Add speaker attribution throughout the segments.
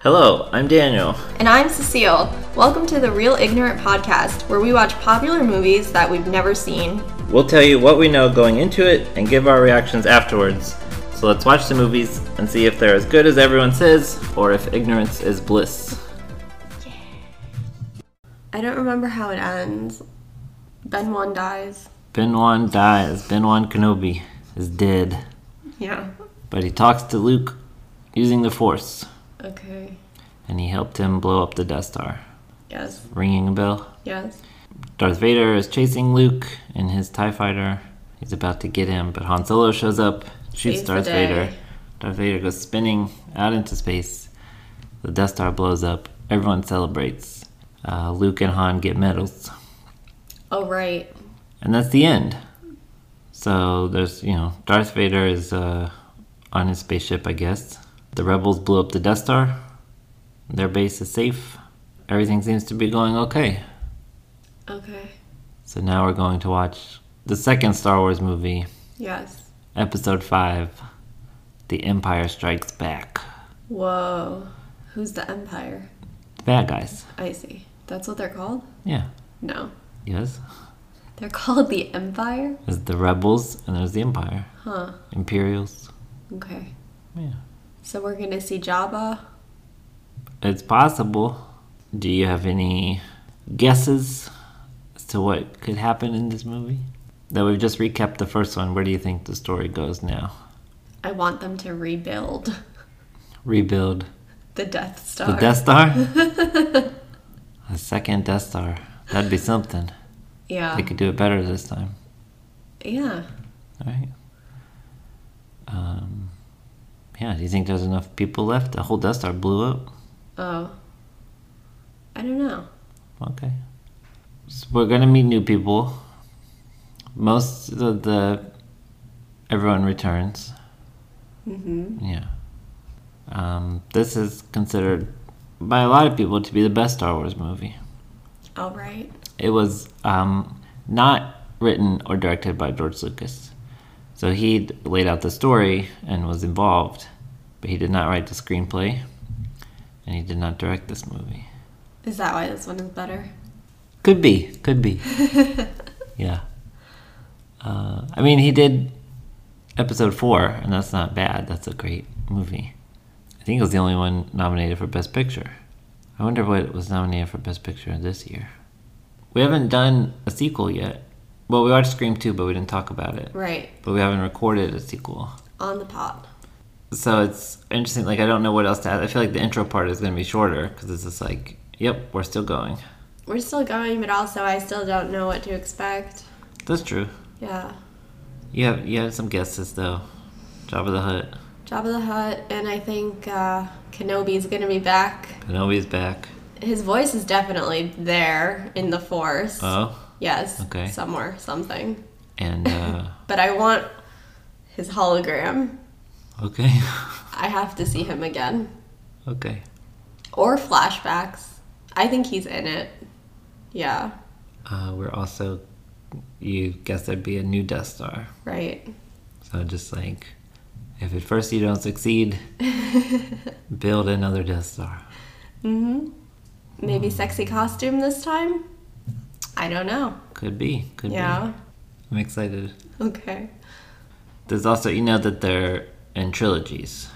Speaker 1: Hello, I'm Daniel.
Speaker 2: And I'm Cecile. Welcome to the Real Ignorant Podcast, where we watch popular movies that we've never seen.
Speaker 1: We'll tell you what we know going into it and give our reactions afterwards. So let's watch the movies and see if they're as good as everyone says or if ignorance is bliss.
Speaker 2: I don't remember how it ends. Ben One dies.
Speaker 1: Benwan dies. Benwan Kenobi is dead,
Speaker 2: Yeah.
Speaker 1: but he talks to Luke using the Force,
Speaker 2: Okay.
Speaker 1: and he helped him blow up the Death Star.
Speaker 2: Yes.
Speaker 1: Ringing a bell.
Speaker 2: Yes.
Speaker 1: Darth Vader is chasing Luke in his TIE fighter. He's about to get him, but Han Solo shows up, shoots
Speaker 2: Saves the
Speaker 1: Darth
Speaker 2: day.
Speaker 1: Vader. Darth Vader goes spinning out into space. The Death Star blows up. Everyone celebrates. Uh, Luke and Han get medals.
Speaker 2: Oh, right.
Speaker 1: And that's the end. So there's, you know, Darth Vader is uh, on his spaceship, I guess. The rebels blew up the Death Star. Their base is safe. Everything seems to be going okay.
Speaker 2: Okay.
Speaker 1: So now we're going to watch the second Star Wars movie,
Speaker 2: Yes.
Speaker 1: Episode 5 The Empire Strikes Back.
Speaker 2: Whoa. Who's the Empire?
Speaker 1: The bad guys.
Speaker 2: I see. That's what they're called?
Speaker 1: Yeah.
Speaker 2: No.
Speaker 1: Yes.
Speaker 2: They're called the Empire?
Speaker 1: There's the rebels and there's the Empire.
Speaker 2: Huh.
Speaker 1: Imperials.
Speaker 2: Okay.
Speaker 1: Yeah.
Speaker 2: So we're gonna see Jabba.
Speaker 1: It's possible. Do you have any guesses as to what could happen in this movie? Though we've just recapped the first one, where do you think the story goes now?
Speaker 2: I want them to rebuild
Speaker 1: Rebuild
Speaker 2: the Death Star.
Speaker 1: the Death Star? A second Death Star. That'd be something.
Speaker 2: yeah.
Speaker 1: They could do it better this time.
Speaker 2: Yeah.
Speaker 1: All right. Um, yeah, do you think there's enough people left? The whole Death Star blew up.
Speaker 2: Oh. I don't know.
Speaker 1: Okay. So we're gonna meet new people. Most of the everyone returns.
Speaker 2: Mm-hmm.
Speaker 1: Yeah. Um, this is considered by a lot of people to be the best Star Wars movie.
Speaker 2: All right.
Speaker 1: It was um, not written or directed by George Lucas. So he laid out the story and was involved, but he did not write the screenplay, and he did not direct this movie.
Speaker 2: Is that why this one is better?
Speaker 1: Could be, could be. yeah. Uh, I mean, he did episode four, and that's not bad. That's a great movie. I think it was the only one nominated for Best Picture. I wonder what was nominated for Best Picture this year. We haven't done a sequel yet. Well, we watched Scream 2, but we didn't talk about it.
Speaker 2: Right.
Speaker 1: But we haven't recorded a sequel.
Speaker 2: On the pot.
Speaker 1: So it's interesting. Like, I don't know what else to add. I feel like the intro part is going to be shorter because it's just like, yep, we're still going.
Speaker 2: We're still going, but also I still don't know what to expect.
Speaker 1: That's true.
Speaker 2: Yeah.
Speaker 1: You have you have some guesses though. Job of the Hutt.
Speaker 2: Jabba the Hutt, and I think uh, Kenobi's gonna be back.
Speaker 1: Kenobi's back.
Speaker 2: His voice is definitely there in the Force.
Speaker 1: Oh,
Speaker 2: yes.
Speaker 1: okay.
Speaker 2: Somewhere, something.
Speaker 1: and uh,
Speaker 2: But I want his hologram.
Speaker 1: okay,
Speaker 2: I have to see him again.
Speaker 1: okay.
Speaker 2: Or flashbacks. I think he's in it. Yeah,
Speaker 1: Uh, we're also you guessed there'd be a new Death Star.
Speaker 2: right.
Speaker 1: So just like if at first you don't succeed, build another Death Star.
Speaker 2: hmm Maybe
Speaker 1: Hmm.
Speaker 2: sexy costume this time? I don't know.
Speaker 1: Could be. Could
Speaker 2: Yeah.
Speaker 1: be. I'm excited.
Speaker 2: Okay.
Speaker 1: There's also you know that they're in trilogies.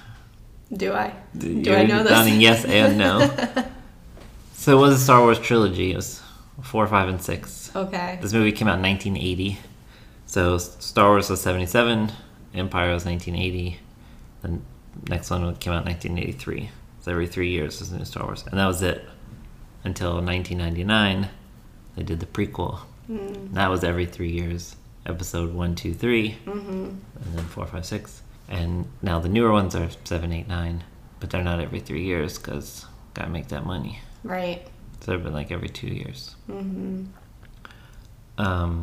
Speaker 2: Do I? Do I
Speaker 1: You're
Speaker 2: know this?
Speaker 1: sounding yes and no. so it was a Star Wars trilogy. It was four, five, and
Speaker 2: Oh,
Speaker 1: six.
Speaker 2: Okay.
Speaker 1: This movie came out in 1980. So Star Wars was 77, Empire was 1980, the next one came out in 1983. So every three years was new Star Wars, and that was it until 1999. They did the prequel.
Speaker 2: Mm-hmm.
Speaker 1: And That was every three years, episode one, two, three,
Speaker 2: Mm-hmm.
Speaker 1: and then four, five, six. And now the newer ones are seven, eight, nine, but they're not every three years because gotta make that money.
Speaker 2: Right. Mm-hmm.
Speaker 1: So they've been like every two years. Um,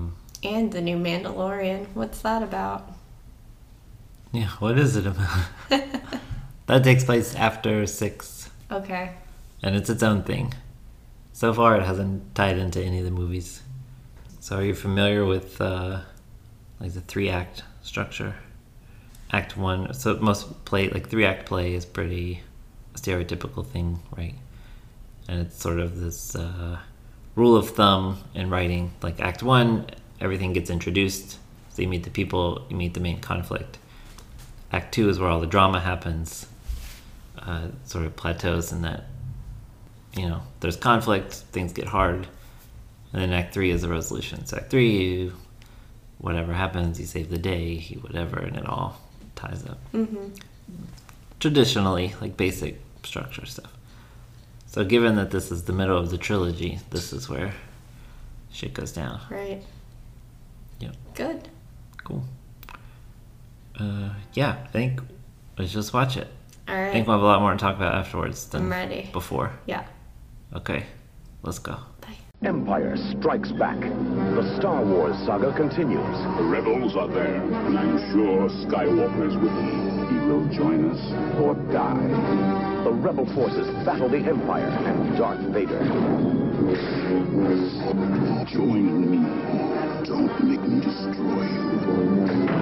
Speaker 2: And the new Mandalorian. What's that about?
Speaker 1: yeah, what is it about? that takes place after six,
Speaker 2: Okay.
Speaker 1: and it's its own thing. So far, it hasn't tied into any of the movies. So, are you familiar with uh, like the three act structure? Act one, so most play like three act play is pretty stereotypical thing, right? And it's sort of this uh, rule of thumb in writing. Like Act One, everything gets introduced. So you meet the people, you meet the main conflict. Act Two is where all the drama happens. Uh, it sort of plateaus in that, you know, there's conflict, things get hard, and then Act Three is the resolution. So Act Three, you, whatever happens, you save the day, you whatever, and it all ties up
Speaker 2: Mm-hmm.
Speaker 1: traditionally like basic structure stuff. So given that this is the middle of the trilogy, this is where shit goes down.
Speaker 2: Right.
Speaker 1: Yeah,
Speaker 2: Good.
Speaker 1: cool. Uh, yeah, I think let's just watch it.
Speaker 2: All
Speaker 1: I think
Speaker 2: right.
Speaker 1: we'll have a lot more to talk about afterwards than
Speaker 2: I'm ready.
Speaker 1: before.
Speaker 2: Yeah.
Speaker 1: Okay, let's go.
Speaker 2: Bye.
Speaker 3: Empire Strikes Back. The Star Wars saga continues.
Speaker 4: The rebels are there, and I'm sure Skywalker is with them. He will join us or die.
Speaker 3: The rebel forces battle the Empire and Darth Vader.
Speaker 4: Join me. Don't make me destroy you.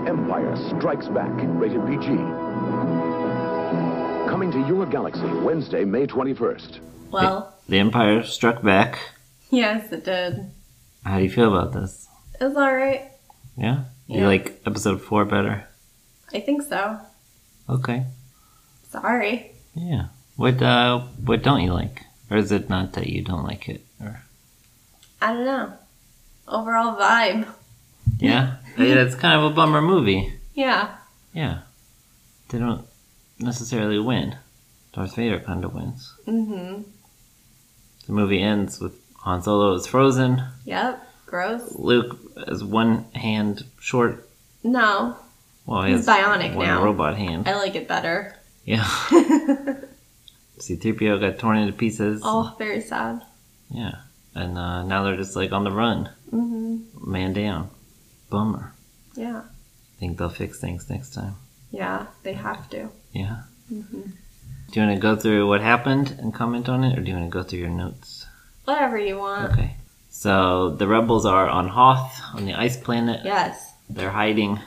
Speaker 3: The Empire Strikes Back, rated PG. Coming to your galaxy Wednesday, May 21st.
Speaker 2: Well,
Speaker 1: The Empire struck back.
Speaker 2: yes, it did.
Speaker 1: How do you feel about this?
Speaker 2: It was all right.
Speaker 1: Yeah? You
Speaker 2: Yeah.
Speaker 1: like episode four better?
Speaker 2: I think so.
Speaker 1: Okay.
Speaker 2: Sorry.
Speaker 1: Yeah. What uh what don't you like? Or is it not that you don't like it? Or
Speaker 2: I don't know. Overall vibe.
Speaker 1: Yeah, I mean, it's kind of a bummer movie.
Speaker 2: Yeah.
Speaker 1: Yeah, they don't necessarily win. Darth Vader kind of wins.
Speaker 2: Mm-hmm.
Speaker 1: The movie ends with Han Solo is frozen.
Speaker 2: Yep. Gross.
Speaker 1: Luke is one hand short.
Speaker 2: No.
Speaker 1: Well, he
Speaker 2: He's
Speaker 1: has
Speaker 2: bionic
Speaker 1: one
Speaker 2: now.
Speaker 1: robot hand.
Speaker 2: I like it better.
Speaker 1: Yeah. C-3PO got torn into pieces.
Speaker 2: Oh, very sad.
Speaker 1: Yeah, and uh, now they're just like on the run,
Speaker 2: Mm-hmm.
Speaker 1: man down. Bummer.
Speaker 2: Yeah.
Speaker 1: Think they'll fix things next time.
Speaker 2: Yeah. They have to.
Speaker 1: Yeah.
Speaker 2: Mm-hmm.
Speaker 1: Do you want to go through what happened and comment on it, or do you want to go through your notes?
Speaker 2: Whatever you want.
Speaker 1: Okay. So the rebels are on Hoth, on the ice planet.
Speaker 2: Yes.
Speaker 1: They're hiding.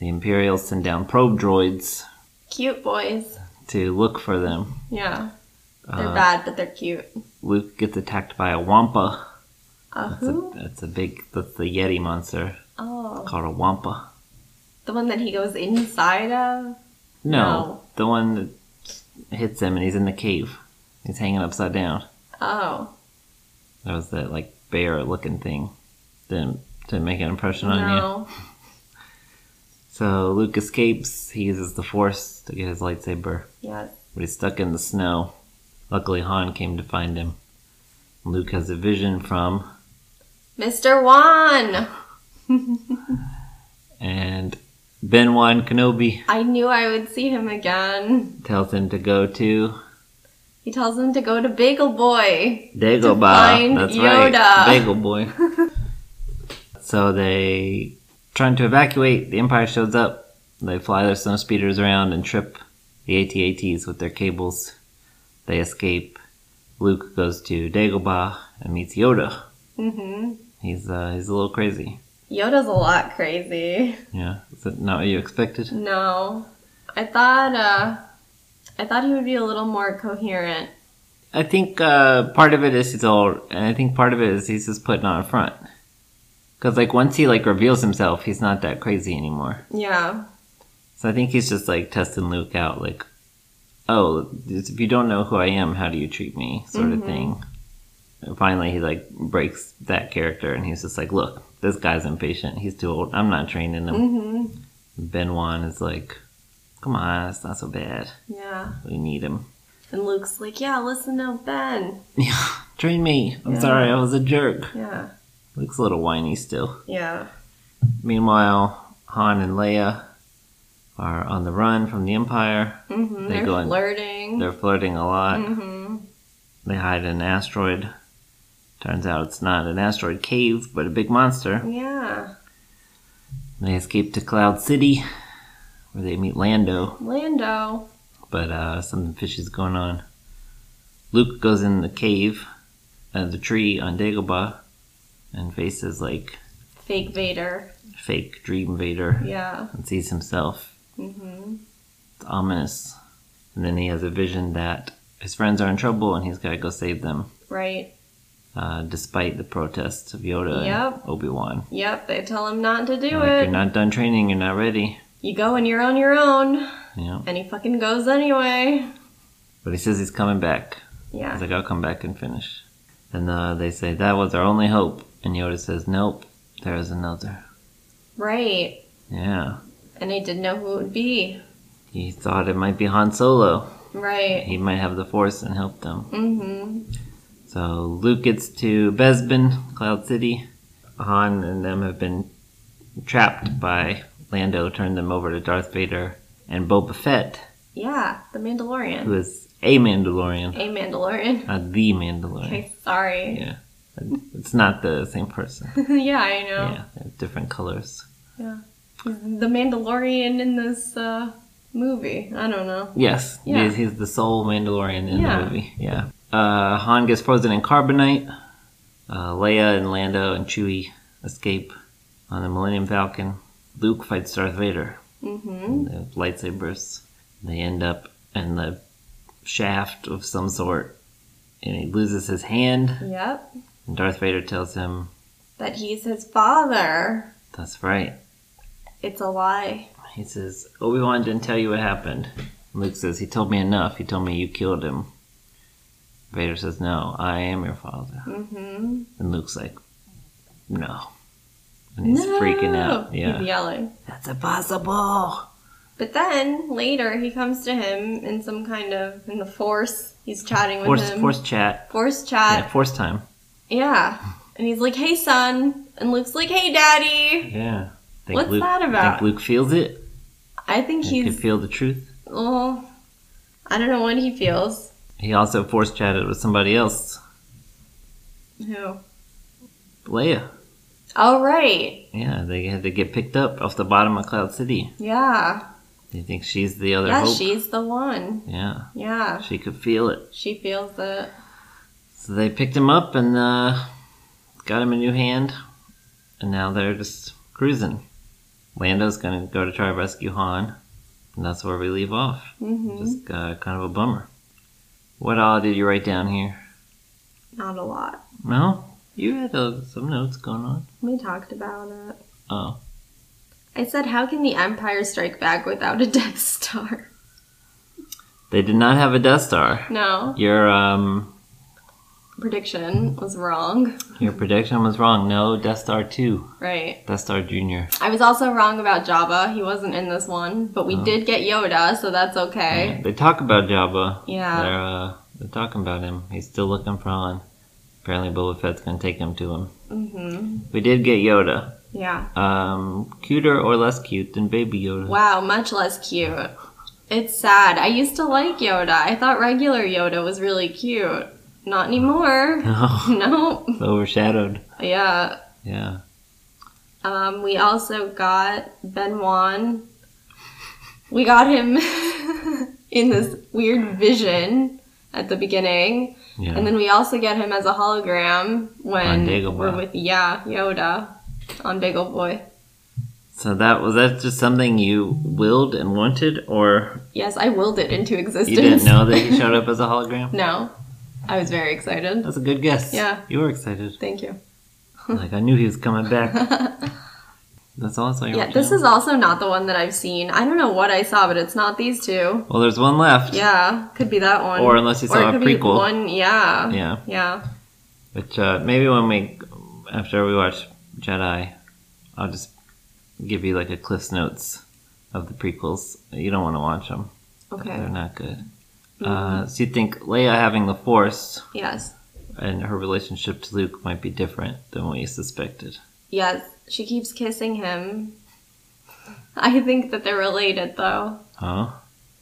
Speaker 1: The Imperials send down probe droids
Speaker 2: Cute boys.
Speaker 1: to look for them.
Speaker 2: Yeah. They're
Speaker 1: Uh,
Speaker 2: bad, but they're cute.
Speaker 1: Luke gets attacked by a Wampa.
Speaker 2: Uh,
Speaker 1: That's a,
Speaker 2: who?
Speaker 1: that's a big, that's the Yeti monster
Speaker 2: Oh.
Speaker 1: called a Wampa.
Speaker 2: The one that he goes inside of?
Speaker 1: No,
Speaker 2: No.
Speaker 1: the one that hits him and he's in the cave. He's hanging upside down.
Speaker 2: Oh.
Speaker 1: That was that like bear looking thing. Didn't, didn't make an impression on you.
Speaker 2: No.
Speaker 1: So Luke escapes. He uses the Force to get his lightsaber,
Speaker 2: Yes.
Speaker 1: but he's stuck in the snow. Luckily, Han came to find him. Luke has a vision from,
Speaker 2: Mr. Wan!
Speaker 1: and Ben Wan Kenobi
Speaker 2: I knew I would see him again.
Speaker 1: tells him to go to
Speaker 2: He tells him to go to Bagel Boy.
Speaker 1: Dagobah.
Speaker 2: find
Speaker 1: That's
Speaker 2: Yoda.
Speaker 1: right, Bagel Boy. so they trying to evacuate. The Empire shows up. They fly their snow speeders around and trip the AT-ATs with their cables. They escape. Luke goes to Dagobah and meets Yoda.
Speaker 2: hmm
Speaker 1: He's uh, he's a little crazy.
Speaker 2: Yoda's a lot crazy.
Speaker 1: Yeah, is that not what you expected?
Speaker 2: No. I thought, uh, I thought he would be a little more coherent.
Speaker 1: I think uh, part of it is he's old, and I think part of it is he's just putting on a front. Because like once he like reveals himself, he's not that crazy anymore.
Speaker 2: Yeah.
Speaker 1: So I think he's just like testing Luke out, like, oh, if you don't know who I am, how do you treat me, sort of thing. And finally, he like breaks that character, and he's just like, look, this guy's impatient. He's too old. I'm not training him.
Speaker 2: hmm
Speaker 1: Ben Wan is like, come on, it's not so bad.
Speaker 2: Yeah.
Speaker 1: We need him.
Speaker 2: And Luke's like, yeah, listen to Ben.
Speaker 1: Yeah, train me. I'm
Speaker 2: Yeah.
Speaker 1: sorry, I was a jerk.
Speaker 2: Yeah.
Speaker 1: Luke's a little whiny still.
Speaker 2: Yeah.
Speaker 1: Meanwhile, Han and Leia are on the run from the Empire.
Speaker 2: hmm
Speaker 1: They
Speaker 2: They are
Speaker 1: go and-
Speaker 2: flirting.
Speaker 1: They're flirting a lot.
Speaker 2: hmm
Speaker 1: They hide in an asteroid. Turns out it's not an asteroid cave, but a big monster.
Speaker 2: Yeah.
Speaker 1: They escape to Cloud City, where they meet Lando,
Speaker 2: Lando.
Speaker 1: but uh, something fishy's going on. Luke goes in the cave, uh, the tree on Dagobah, and faces like
Speaker 2: Fake Vader.
Speaker 1: fake Dream Vader
Speaker 2: Yeah.
Speaker 1: and sees himself.
Speaker 2: hmm
Speaker 1: It's ominous. And then he has a vision that his friends are in trouble and he's got to go save them,
Speaker 2: Right.
Speaker 1: uh, despite the protests of Yoda
Speaker 2: Yep.
Speaker 1: and Obi Wan.
Speaker 2: Yep, they tell him not to do
Speaker 1: Like,
Speaker 2: it.
Speaker 1: you're not done training, you're not ready.
Speaker 2: you go and you're on your own.
Speaker 1: Yeah.
Speaker 2: And he fucking goes anyway.
Speaker 1: But he says he's coming back.
Speaker 2: Yeah.
Speaker 1: He's like, I'll come back and finish. And uh, they say, That was our only hope. And Yoda says, Nope, there is another.
Speaker 2: right.
Speaker 1: Yeah.
Speaker 2: And he didn't know who it would be.
Speaker 1: He thought it might be Han Solo.
Speaker 2: Right.
Speaker 1: He might have the Force and help them.
Speaker 2: Mm-hmm.
Speaker 1: So Luke gets to Bespin, Cloud City. Han and them have been trapped by Lando, turned them over to Darth Vader and Boba Fett,
Speaker 2: Yeah, the Mandalorian.
Speaker 1: who is a Mandalorian,
Speaker 2: A Mandalorian.
Speaker 1: not the Mandalorian.
Speaker 2: Okay, sorry.
Speaker 1: Yeah. It's not the same person.
Speaker 2: Yeah, I know.
Speaker 1: Yeah, they have different colors.
Speaker 2: The Mandalorian in this uh, movie. I don't know.
Speaker 1: Yes,
Speaker 2: Yeah.
Speaker 1: he's, he's the sole Mandalorian in
Speaker 2: Yeah.
Speaker 1: the movie. Yeah. Uh, Han gets frozen in carbonite. Uh, Leia and Lando and Chewie escape on the Millennium Falcon. Luke fights Darth Vader.
Speaker 2: Mm-hmm.
Speaker 1: They have lightsabers. They end up in the shaft of some sort, and he loses his hand.
Speaker 2: Yep.
Speaker 1: And Darth Vader tells him,
Speaker 2: That he's his father.
Speaker 1: "That's right."
Speaker 2: It's a lie.
Speaker 1: He says, "Obi Wan didn't tell you what happened." Luke says, "He told me enough. He told me you killed him." Vader says, "No, I am your father."
Speaker 2: Mm-hmm.
Speaker 1: And Luke's like, no. And he's freaking out. Yeah.
Speaker 2: He's yelling.
Speaker 1: That's impossible.
Speaker 2: But then later he comes to him in some kind of in the force. He's chatting with
Speaker 1: Force,
Speaker 2: him.
Speaker 1: force chat.
Speaker 2: Force
Speaker 1: Yeah,
Speaker 2: chat.
Speaker 1: force time.
Speaker 2: Yeah. And he's like, "Hey, son," and Luke's like, "Hey, daddy."
Speaker 1: Yeah. Think
Speaker 2: What's
Speaker 1: Luke,
Speaker 2: that about?
Speaker 1: Think Luke feels it.
Speaker 2: I think
Speaker 1: He can
Speaker 2: he's.
Speaker 1: feel the truth.
Speaker 2: Well, I don't know what he feels.
Speaker 1: He also force chatted with somebody else,
Speaker 2: Who?
Speaker 1: Leia.
Speaker 2: Oh, right.
Speaker 1: Yeah, they had to get picked up off the bottom of Cloud City.
Speaker 2: Yeah.
Speaker 1: They think she's the other
Speaker 2: yeah,
Speaker 1: hope.
Speaker 2: she's the one.
Speaker 1: yeah,
Speaker 2: Yeah.
Speaker 1: she could feel it.
Speaker 2: She feels it.
Speaker 1: So they picked him up and uh, got him a new hand, and now they're just cruising. Lando's gonna go to try to rescue Han, and that's where we leave off.
Speaker 2: hmm
Speaker 1: Just uh, kind of a bummer. What all did you write down here?
Speaker 2: Not a lot.
Speaker 1: No, you had uh, some notes going on.
Speaker 2: We talked about it.
Speaker 1: Oh,
Speaker 2: I said, how can the Empire strike back without a Death Star?
Speaker 1: they did not have a Death Star.
Speaker 2: No.
Speaker 1: Your um,
Speaker 2: Prediction was wrong.
Speaker 1: your prediction was wrong. No Death Star two,
Speaker 2: Right.
Speaker 1: Death Star Junior.
Speaker 2: I was also wrong about Jabba. He wasn't in this one, but
Speaker 1: Uh-huh.
Speaker 2: we did get Yoda, so that's okay.
Speaker 1: They talk about Jabba.
Speaker 2: Yeah.
Speaker 1: They're, uh, they're talking about him. He's still looking for Han. Apparently, Boba Fett's going to take him to him.
Speaker 2: Mm-hmm.
Speaker 1: We did get Yoda.
Speaker 2: Yeah.
Speaker 1: Um, cuter or less cute than Baby Yoda.
Speaker 2: Wow, much less cute. It's sad. I used to like Yoda. I thought regular Yoda was really cute. Not anymore.
Speaker 1: Wow.
Speaker 2: no.
Speaker 1: Oh, Overshadowed.
Speaker 2: Yeah.
Speaker 1: Yeah.
Speaker 2: Um, we also got Ben Wan. We got him in this weird vision at the beginning,
Speaker 1: Yeah.
Speaker 2: and then we also get him as a hologram
Speaker 1: On
Speaker 2: when
Speaker 1: Dagobah.
Speaker 2: we're with yeah Yoda on Big Ol' Boy.
Speaker 1: so that was that just something you willed and wanted, or
Speaker 2: Yes, I willed it into existence.
Speaker 1: you Oh. didn't know that he showed up as a hologram?
Speaker 2: no, I was very excited.
Speaker 1: That's a good guess.
Speaker 2: Yeah.
Speaker 1: You were excited.
Speaker 2: Thank you.
Speaker 1: like I knew he was coming back. That's all I saw you
Speaker 2: Yeah,
Speaker 1: wrote
Speaker 2: this
Speaker 1: down.
Speaker 2: is also not the one that I've seen. I don't know what I saw, but it's not these two.
Speaker 1: Well, there's one left.
Speaker 2: Yeah, could be that one.
Speaker 1: Or unless you
Speaker 2: it
Speaker 1: saw a
Speaker 2: could be
Speaker 1: prequel.
Speaker 2: One, yeah.
Speaker 1: Yeah.
Speaker 2: Yeah.
Speaker 1: Which uh, maybe when we after we watch Jedi, I'll just give you like a Cliff's Notes of the prequels. You don't want to watch them; they're
Speaker 2: Okay. Mm-hmm.
Speaker 1: not good. Uh, so you think Leia having the Force
Speaker 2: Yes.
Speaker 1: and her relationship to Luke might be different than what you suspected?
Speaker 2: Yes. She keeps kissing him. I think that they're related though.
Speaker 1: Huh?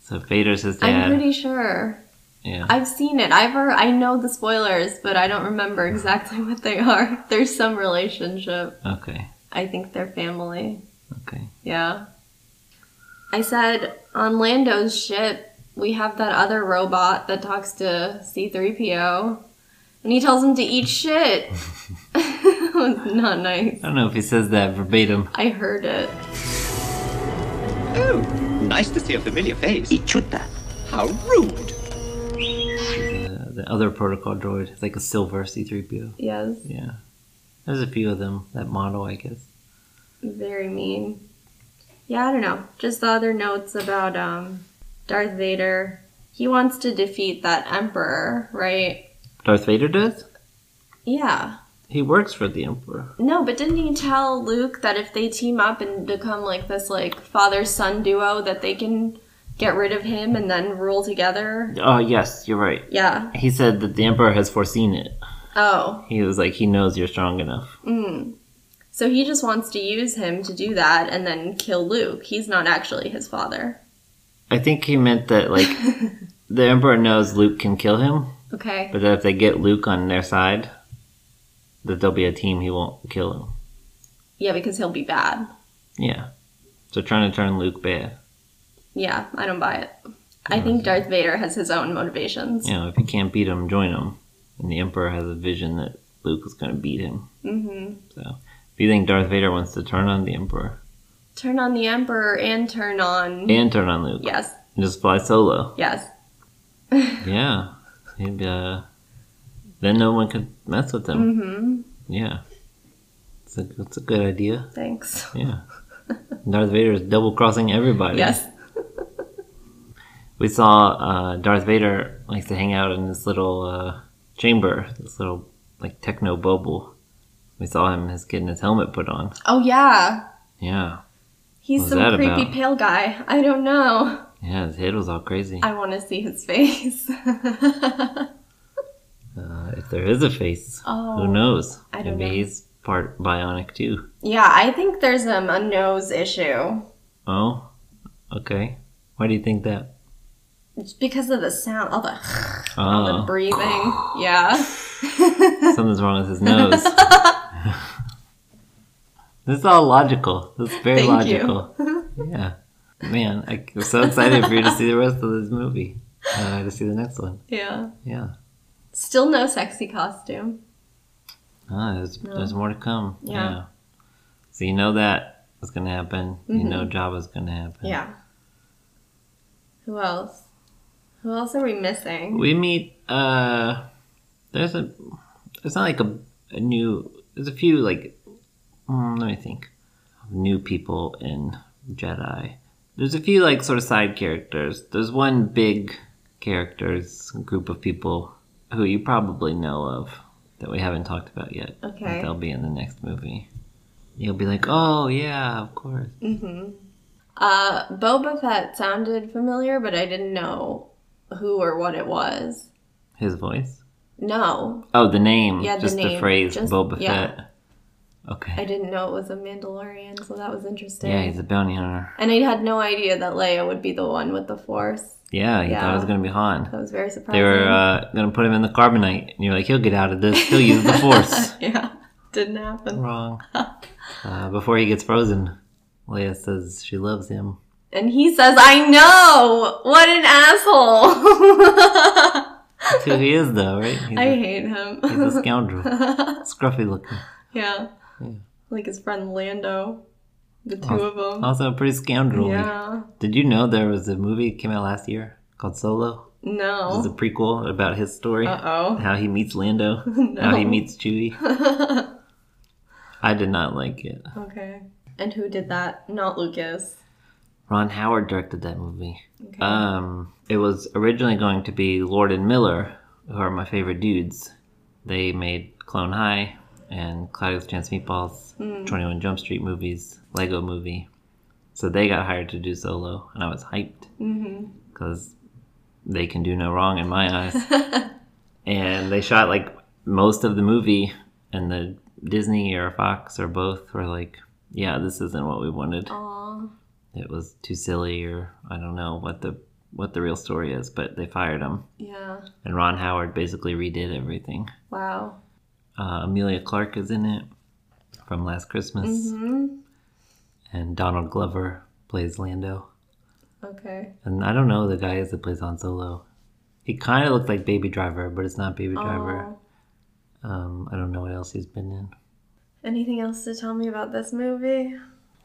Speaker 1: So Vader's his
Speaker 2: I'm
Speaker 1: dad.
Speaker 2: pretty sure.
Speaker 1: yeah.
Speaker 2: I've seen it. I've heard, I know the spoilers, but I don't remember exactly what they are. There's some relationship.
Speaker 1: okay.
Speaker 2: I think they're family.
Speaker 1: Okay.
Speaker 2: Yeah. I said on Lando's ship, we have that other robot that talks to C3PO and he tells him to eat shit. It's not nice.
Speaker 1: I don't know if he says that verbatim.
Speaker 2: I heard it.
Speaker 5: Oh, nice to see a familiar face.
Speaker 6: Ichuta,
Speaker 5: How rude!
Speaker 1: The, uh, the other protocol droid, it's like a silver C3PO.
Speaker 2: Yes.
Speaker 1: Yeah. There's a few of them, that model, I guess.
Speaker 2: Very mean. Yeah, I don't know. Just the other notes about um, Darth Vader. He wants to defeat that Emperor, right?
Speaker 1: Darth Vader does?
Speaker 2: Yeah.
Speaker 1: He works for the Emperor.
Speaker 2: No, but didn't he tell Luke that if they team up and become like this like father son duo that they can get rid of him and then rule together?
Speaker 1: Oh, yes, you're right.
Speaker 2: Yeah.
Speaker 1: He said that the Emperor has foreseen it.
Speaker 2: Oh.
Speaker 1: He was like, he knows you're strong enough.
Speaker 2: Mm. So he just wants to use him to do that and then kill Luke. He's not actually his father.
Speaker 1: I think he meant that, like, the Emperor knows Luke can kill him,
Speaker 2: Okay.
Speaker 1: but that if they get Luke on their side, that there'll be a team he won't kill him.
Speaker 2: Yeah, because he'll be bad.
Speaker 1: Yeah. So trying to turn Luke bad.
Speaker 2: Yeah, I don't buy it. I think Darth Vader has his own motivations.
Speaker 1: You know, if you can't beat him, join him. And the Emperor has a vision that Luke is going to beat him.
Speaker 2: hmm
Speaker 1: Do you think Darth Vader wants to turn on the Emperor
Speaker 2: Turn on the Emperor and turn on.
Speaker 1: and turn on Luke?
Speaker 2: Yes,
Speaker 1: And just fly solo.
Speaker 2: yes.
Speaker 1: Yeah. He'd, uh, then no one could mess with him.
Speaker 2: hmm
Speaker 1: Yeah. It's a, it's a good idea.
Speaker 2: Thanks.
Speaker 1: Yeah. Darth Vader is double crossing everybody.
Speaker 2: Yes.
Speaker 1: We saw uh, Darth Vader likes to hang out in this little uh, chamber, this little like techno bubble. We saw him his getting his helmet put on.
Speaker 2: Oh, yeah.
Speaker 1: Yeah.
Speaker 2: He's
Speaker 1: What was
Speaker 2: some
Speaker 1: that
Speaker 2: creepy
Speaker 1: about?
Speaker 2: pale guy. I don't know.
Speaker 1: Yeah, his head was all crazy.
Speaker 2: I want to see his face.
Speaker 1: Uh, if there is a face,
Speaker 2: Oh,
Speaker 1: who knows?
Speaker 2: I don't
Speaker 1: Maybe
Speaker 2: know.
Speaker 1: he's part bionic too.
Speaker 2: yeah, I think there's um, a nose issue.
Speaker 1: Oh, okay. Why do you think that?
Speaker 2: It's because of the sound, all the, all the
Speaker 1: Oh,
Speaker 2: breathing. Yeah.
Speaker 1: something's wrong with his nose. this is all logical. This is very
Speaker 2: Thank you.
Speaker 1: logical. yeah. Man, I, am so excited for you to see the rest of this movie. Uh, to see the next one.
Speaker 2: Yeah.
Speaker 1: Yeah.
Speaker 2: Still no sexy costume.
Speaker 1: Ah, there's, there's more to come.
Speaker 2: Yeah.
Speaker 1: So you know that is going to happen. You know
Speaker 2: Mm-hmm.
Speaker 1: Jabba's going to happen.
Speaker 2: Yeah. Who else? Who else are we missing?
Speaker 1: We meet. uh There's a. It's not like a, a new. There's a few like. mm, let me think. New people in Jedi. There's a few like sort of side characters. There's one big characters group of people who you probably know of that we haven't talked about yet.
Speaker 2: Okay.
Speaker 1: They'll be in the next movie. You'll be like, oh yeah, of course.
Speaker 2: Mm-hmm. Uh, Boba Fett sounded familiar, but I didn't know who or what it was.
Speaker 1: His voice.
Speaker 2: No,
Speaker 1: Oh, the name.
Speaker 2: Yeah, the
Speaker 1: just the,
Speaker 2: name.
Speaker 1: phrase
Speaker 2: Just-
Speaker 1: Boba
Speaker 2: yeah.
Speaker 1: Fett. Okay.
Speaker 2: I didn't know it was a Mandalorian, so that was interesting.
Speaker 1: Yeah, he's a bounty hunter.
Speaker 2: and I had no idea that Leia would be the one with the Force.
Speaker 1: Yeah, he thought it was
Speaker 2: Yeah.
Speaker 1: gonna be Han.
Speaker 2: That was very surprising.
Speaker 1: They were uh, gonna put him in the carbonite, and you're like, he'll get out of this. He'll use the force.
Speaker 2: yeah, didn't happen.
Speaker 1: Wrong. Uh, before he gets frozen, Leia says she loves him.
Speaker 2: And he says, "I know. What an asshole."
Speaker 1: That's who he is, though, right? He's,
Speaker 2: I
Speaker 1: a,
Speaker 2: hate him.
Speaker 1: he's a scoundrel, scruffy looking.
Speaker 2: Yeah. Like his friend Lando. The two of them.
Speaker 1: Also, pretty scoundrel.
Speaker 2: yeah.
Speaker 1: Did you know there was a movie that came out last year called Solo? It's a
Speaker 2: No.
Speaker 1: prequel about his story.
Speaker 2: Oh. Uh oh.
Speaker 1: how he meets Lando, how he meets Chewie. I did not like it.
Speaker 2: Okay. And who did that? Not Lucas.
Speaker 1: Ron Howard directed that movie. Um, it was originally going to be Lord and Miller, who are my favorite dudes. They made Clone High and Claudius Chance Meatballs, 21 Jump Street movies, Lego movie. So they got hired to do Solo, and I was hyped because they can do no wrong in my eyes. and they shot like most of the movie, and the Disney or Fox or both were like, yeah, this isn't what we wanted
Speaker 2: Aw.
Speaker 1: it was too silly or I don't know what the what the real story is, but they fired him.
Speaker 2: Yeah.
Speaker 1: And Ron Howard basically redid everything.
Speaker 2: Wow.
Speaker 1: Uh, Amelia Clark is in it from Last Christmas,
Speaker 2: hmm
Speaker 1: and Donald Glover plays Lando.
Speaker 2: Okay.
Speaker 1: And I don't know who the guy is that plays Han Solo. He kind of looked like Baby Driver, but it's not Baby Driver.
Speaker 2: Aw.
Speaker 1: Um, I don't know what else he's been in.
Speaker 2: Anything else to tell me about this movie?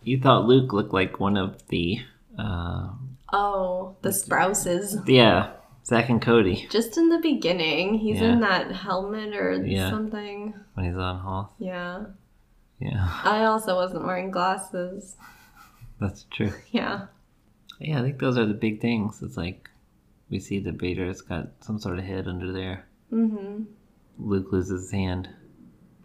Speaker 1: You thought Luke looked like one of the uh,
Speaker 2: Oh, the Sprouses.
Speaker 1: Yeah, Zach and Cody
Speaker 2: Just in the beginning, he's
Speaker 1: Yeah.
Speaker 2: in that helmet or
Speaker 1: Yeah.
Speaker 2: something.
Speaker 1: when he's on Hoth.
Speaker 2: Yeah.
Speaker 1: Yeah,
Speaker 2: I also wasn't wearing glasses.
Speaker 1: that's true.
Speaker 2: Yeah.
Speaker 1: Yeah, I think those are the big things. It's like we see the Vader's got some sort of head under there.
Speaker 2: Mm-hmm.
Speaker 1: Luke loses his hand.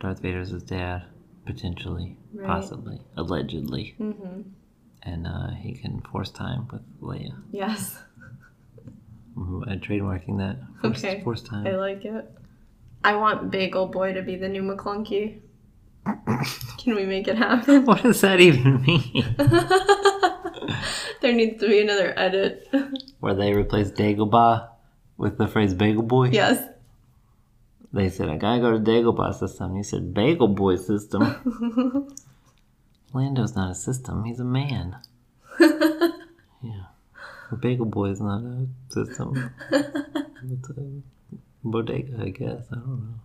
Speaker 1: Darth Vader's his dad, potentially,
Speaker 2: Right.
Speaker 1: possibly, allegedly,
Speaker 2: Mm-hmm.
Speaker 1: and uh, he can force time with Leia.
Speaker 2: Yes.
Speaker 1: Mhm, I'm trademarking that. Force,
Speaker 2: Okay.
Speaker 1: force time.
Speaker 2: I like it. I want Bagel Boy to be the new McClunky. Can we make it happen?
Speaker 1: what does that even mean?
Speaker 2: there needs to be another edit.
Speaker 1: Where they replace Dagobah with the phrase Bagel Boy?
Speaker 2: yes.
Speaker 1: They said, I gotta go to Dagobah system. You said, Bagel Boy system. Lando's not a system, he's a man. yeah. Bagel Boy is not a system. it's a bodega, I guess. I don't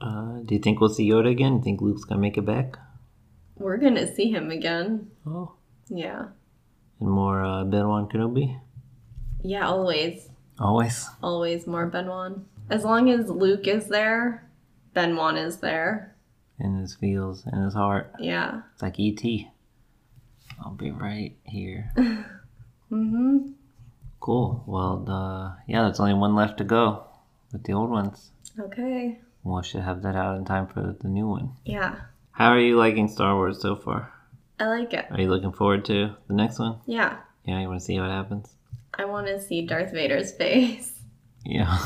Speaker 1: know. Uh, do you think we'll see Yoda again? Do you think Luke's gonna make it back?
Speaker 2: We're gonna see him again.
Speaker 1: Oh.
Speaker 2: Yeah.
Speaker 1: And more uh, Benwan Kenobi?
Speaker 2: Yeah, always.
Speaker 1: Always.
Speaker 2: Always more Benwan. As long as Luke is there, Benwan is there.
Speaker 1: In his feels, in his heart.
Speaker 2: Yeah.
Speaker 1: It's like E.T. I'll be right here.
Speaker 2: Mm-hmm.
Speaker 1: Cool. Well, uh, yeah, there's only one left to go with the old ones.
Speaker 2: Okay.
Speaker 1: We should have that out in time for the new one.
Speaker 2: Yeah.
Speaker 1: How are you liking Star Wars so far?
Speaker 2: I like it.
Speaker 1: Are you looking forward to the next one?
Speaker 2: Yeah.
Speaker 1: Yeah, you want to see what happens?
Speaker 2: I wanna see Darth Vader's face.
Speaker 1: Yeah.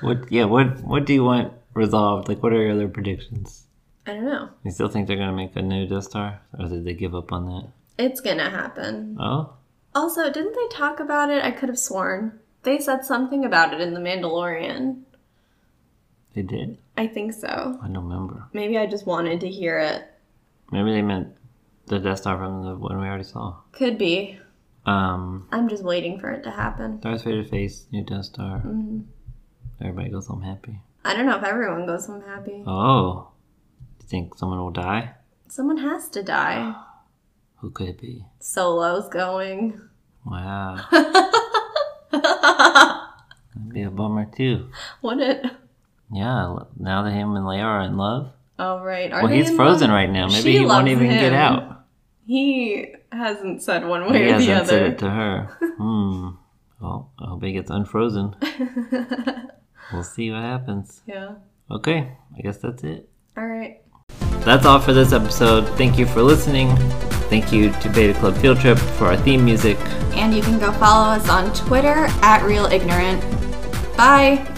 Speaker 1: what? Yeah. What? What do you want resolved? Like, what are your other predictions?
Speaker 2: I don't know.
Speaker 1: You still think they're gonna make a new Death Star, or did they give up on that?
Speaker 2: It's gonna happen.
Speaker 1: Oh,
Speaker 2: Also, didn't they talk about it? I could have sworn. They said something about it in The Mandalorian.
Speaker 1: they did.
Speaker 2: I think so.
Speaker 1: I don't remember.
Speaker 2: Maybe I just wanted to hear it.
Speaker 1: Maybe they meant the Death Star from the one we already saw.
Speaker 2: Could be.
Speaker 1: Um.
Speaker 2: I'm just waiting for it to happen.
Speaker 1: Darth Vader face, new Death Star.
Speaker 2: Mm-hmm.
Speaker 1: Everybody goes home happy.
Speaker 2: I don't know if everyone goes home happy.
Speaker 1: Oh, do you think someone will die?
Speaker 2: Someone has to die.
Speaker 1: Who could it be?
Speaker 2: Solo's going.
Speaker 1: Wow. That'd be a bummer too.
Speaker 2: Wouldn't it?
Speaker 1: Yeah, l- now that him and Leia are in love.
Speaker 2: Oh, right. Are
Speaker 1: well,
Speaker 2: they
Speaker 1: he's
Speaker 2: in
Speaker 1: frozen
Speaker 2: love?
Speaker 1: right now. Maybe
Speaker 2: She
Speaker 1: he won't
Speaker 2: loves
Speaker 1: even get
Speaker 2: him.
Speaker 1: out.
Speaker 2: He hasn't said one
Speaker 1: He
Speaker 2: way or the
Speaker 1: hasn't said
Speaker 2: other.
Speaker 1: it to her. Hmm. Well, I hope he gets unfrozen. we'll see what happens.
Speaker 2: Yeah.
Speaker 1: Okay, I guess that's it.
Speaker 2: All right.
Speaker 1: That's all for this episode. Thank you for listening. Thank you to Beta Club Field Trip for our theme music.
Speaker 2: And you can go follow us on Twitter at Real Ignorant. Bye.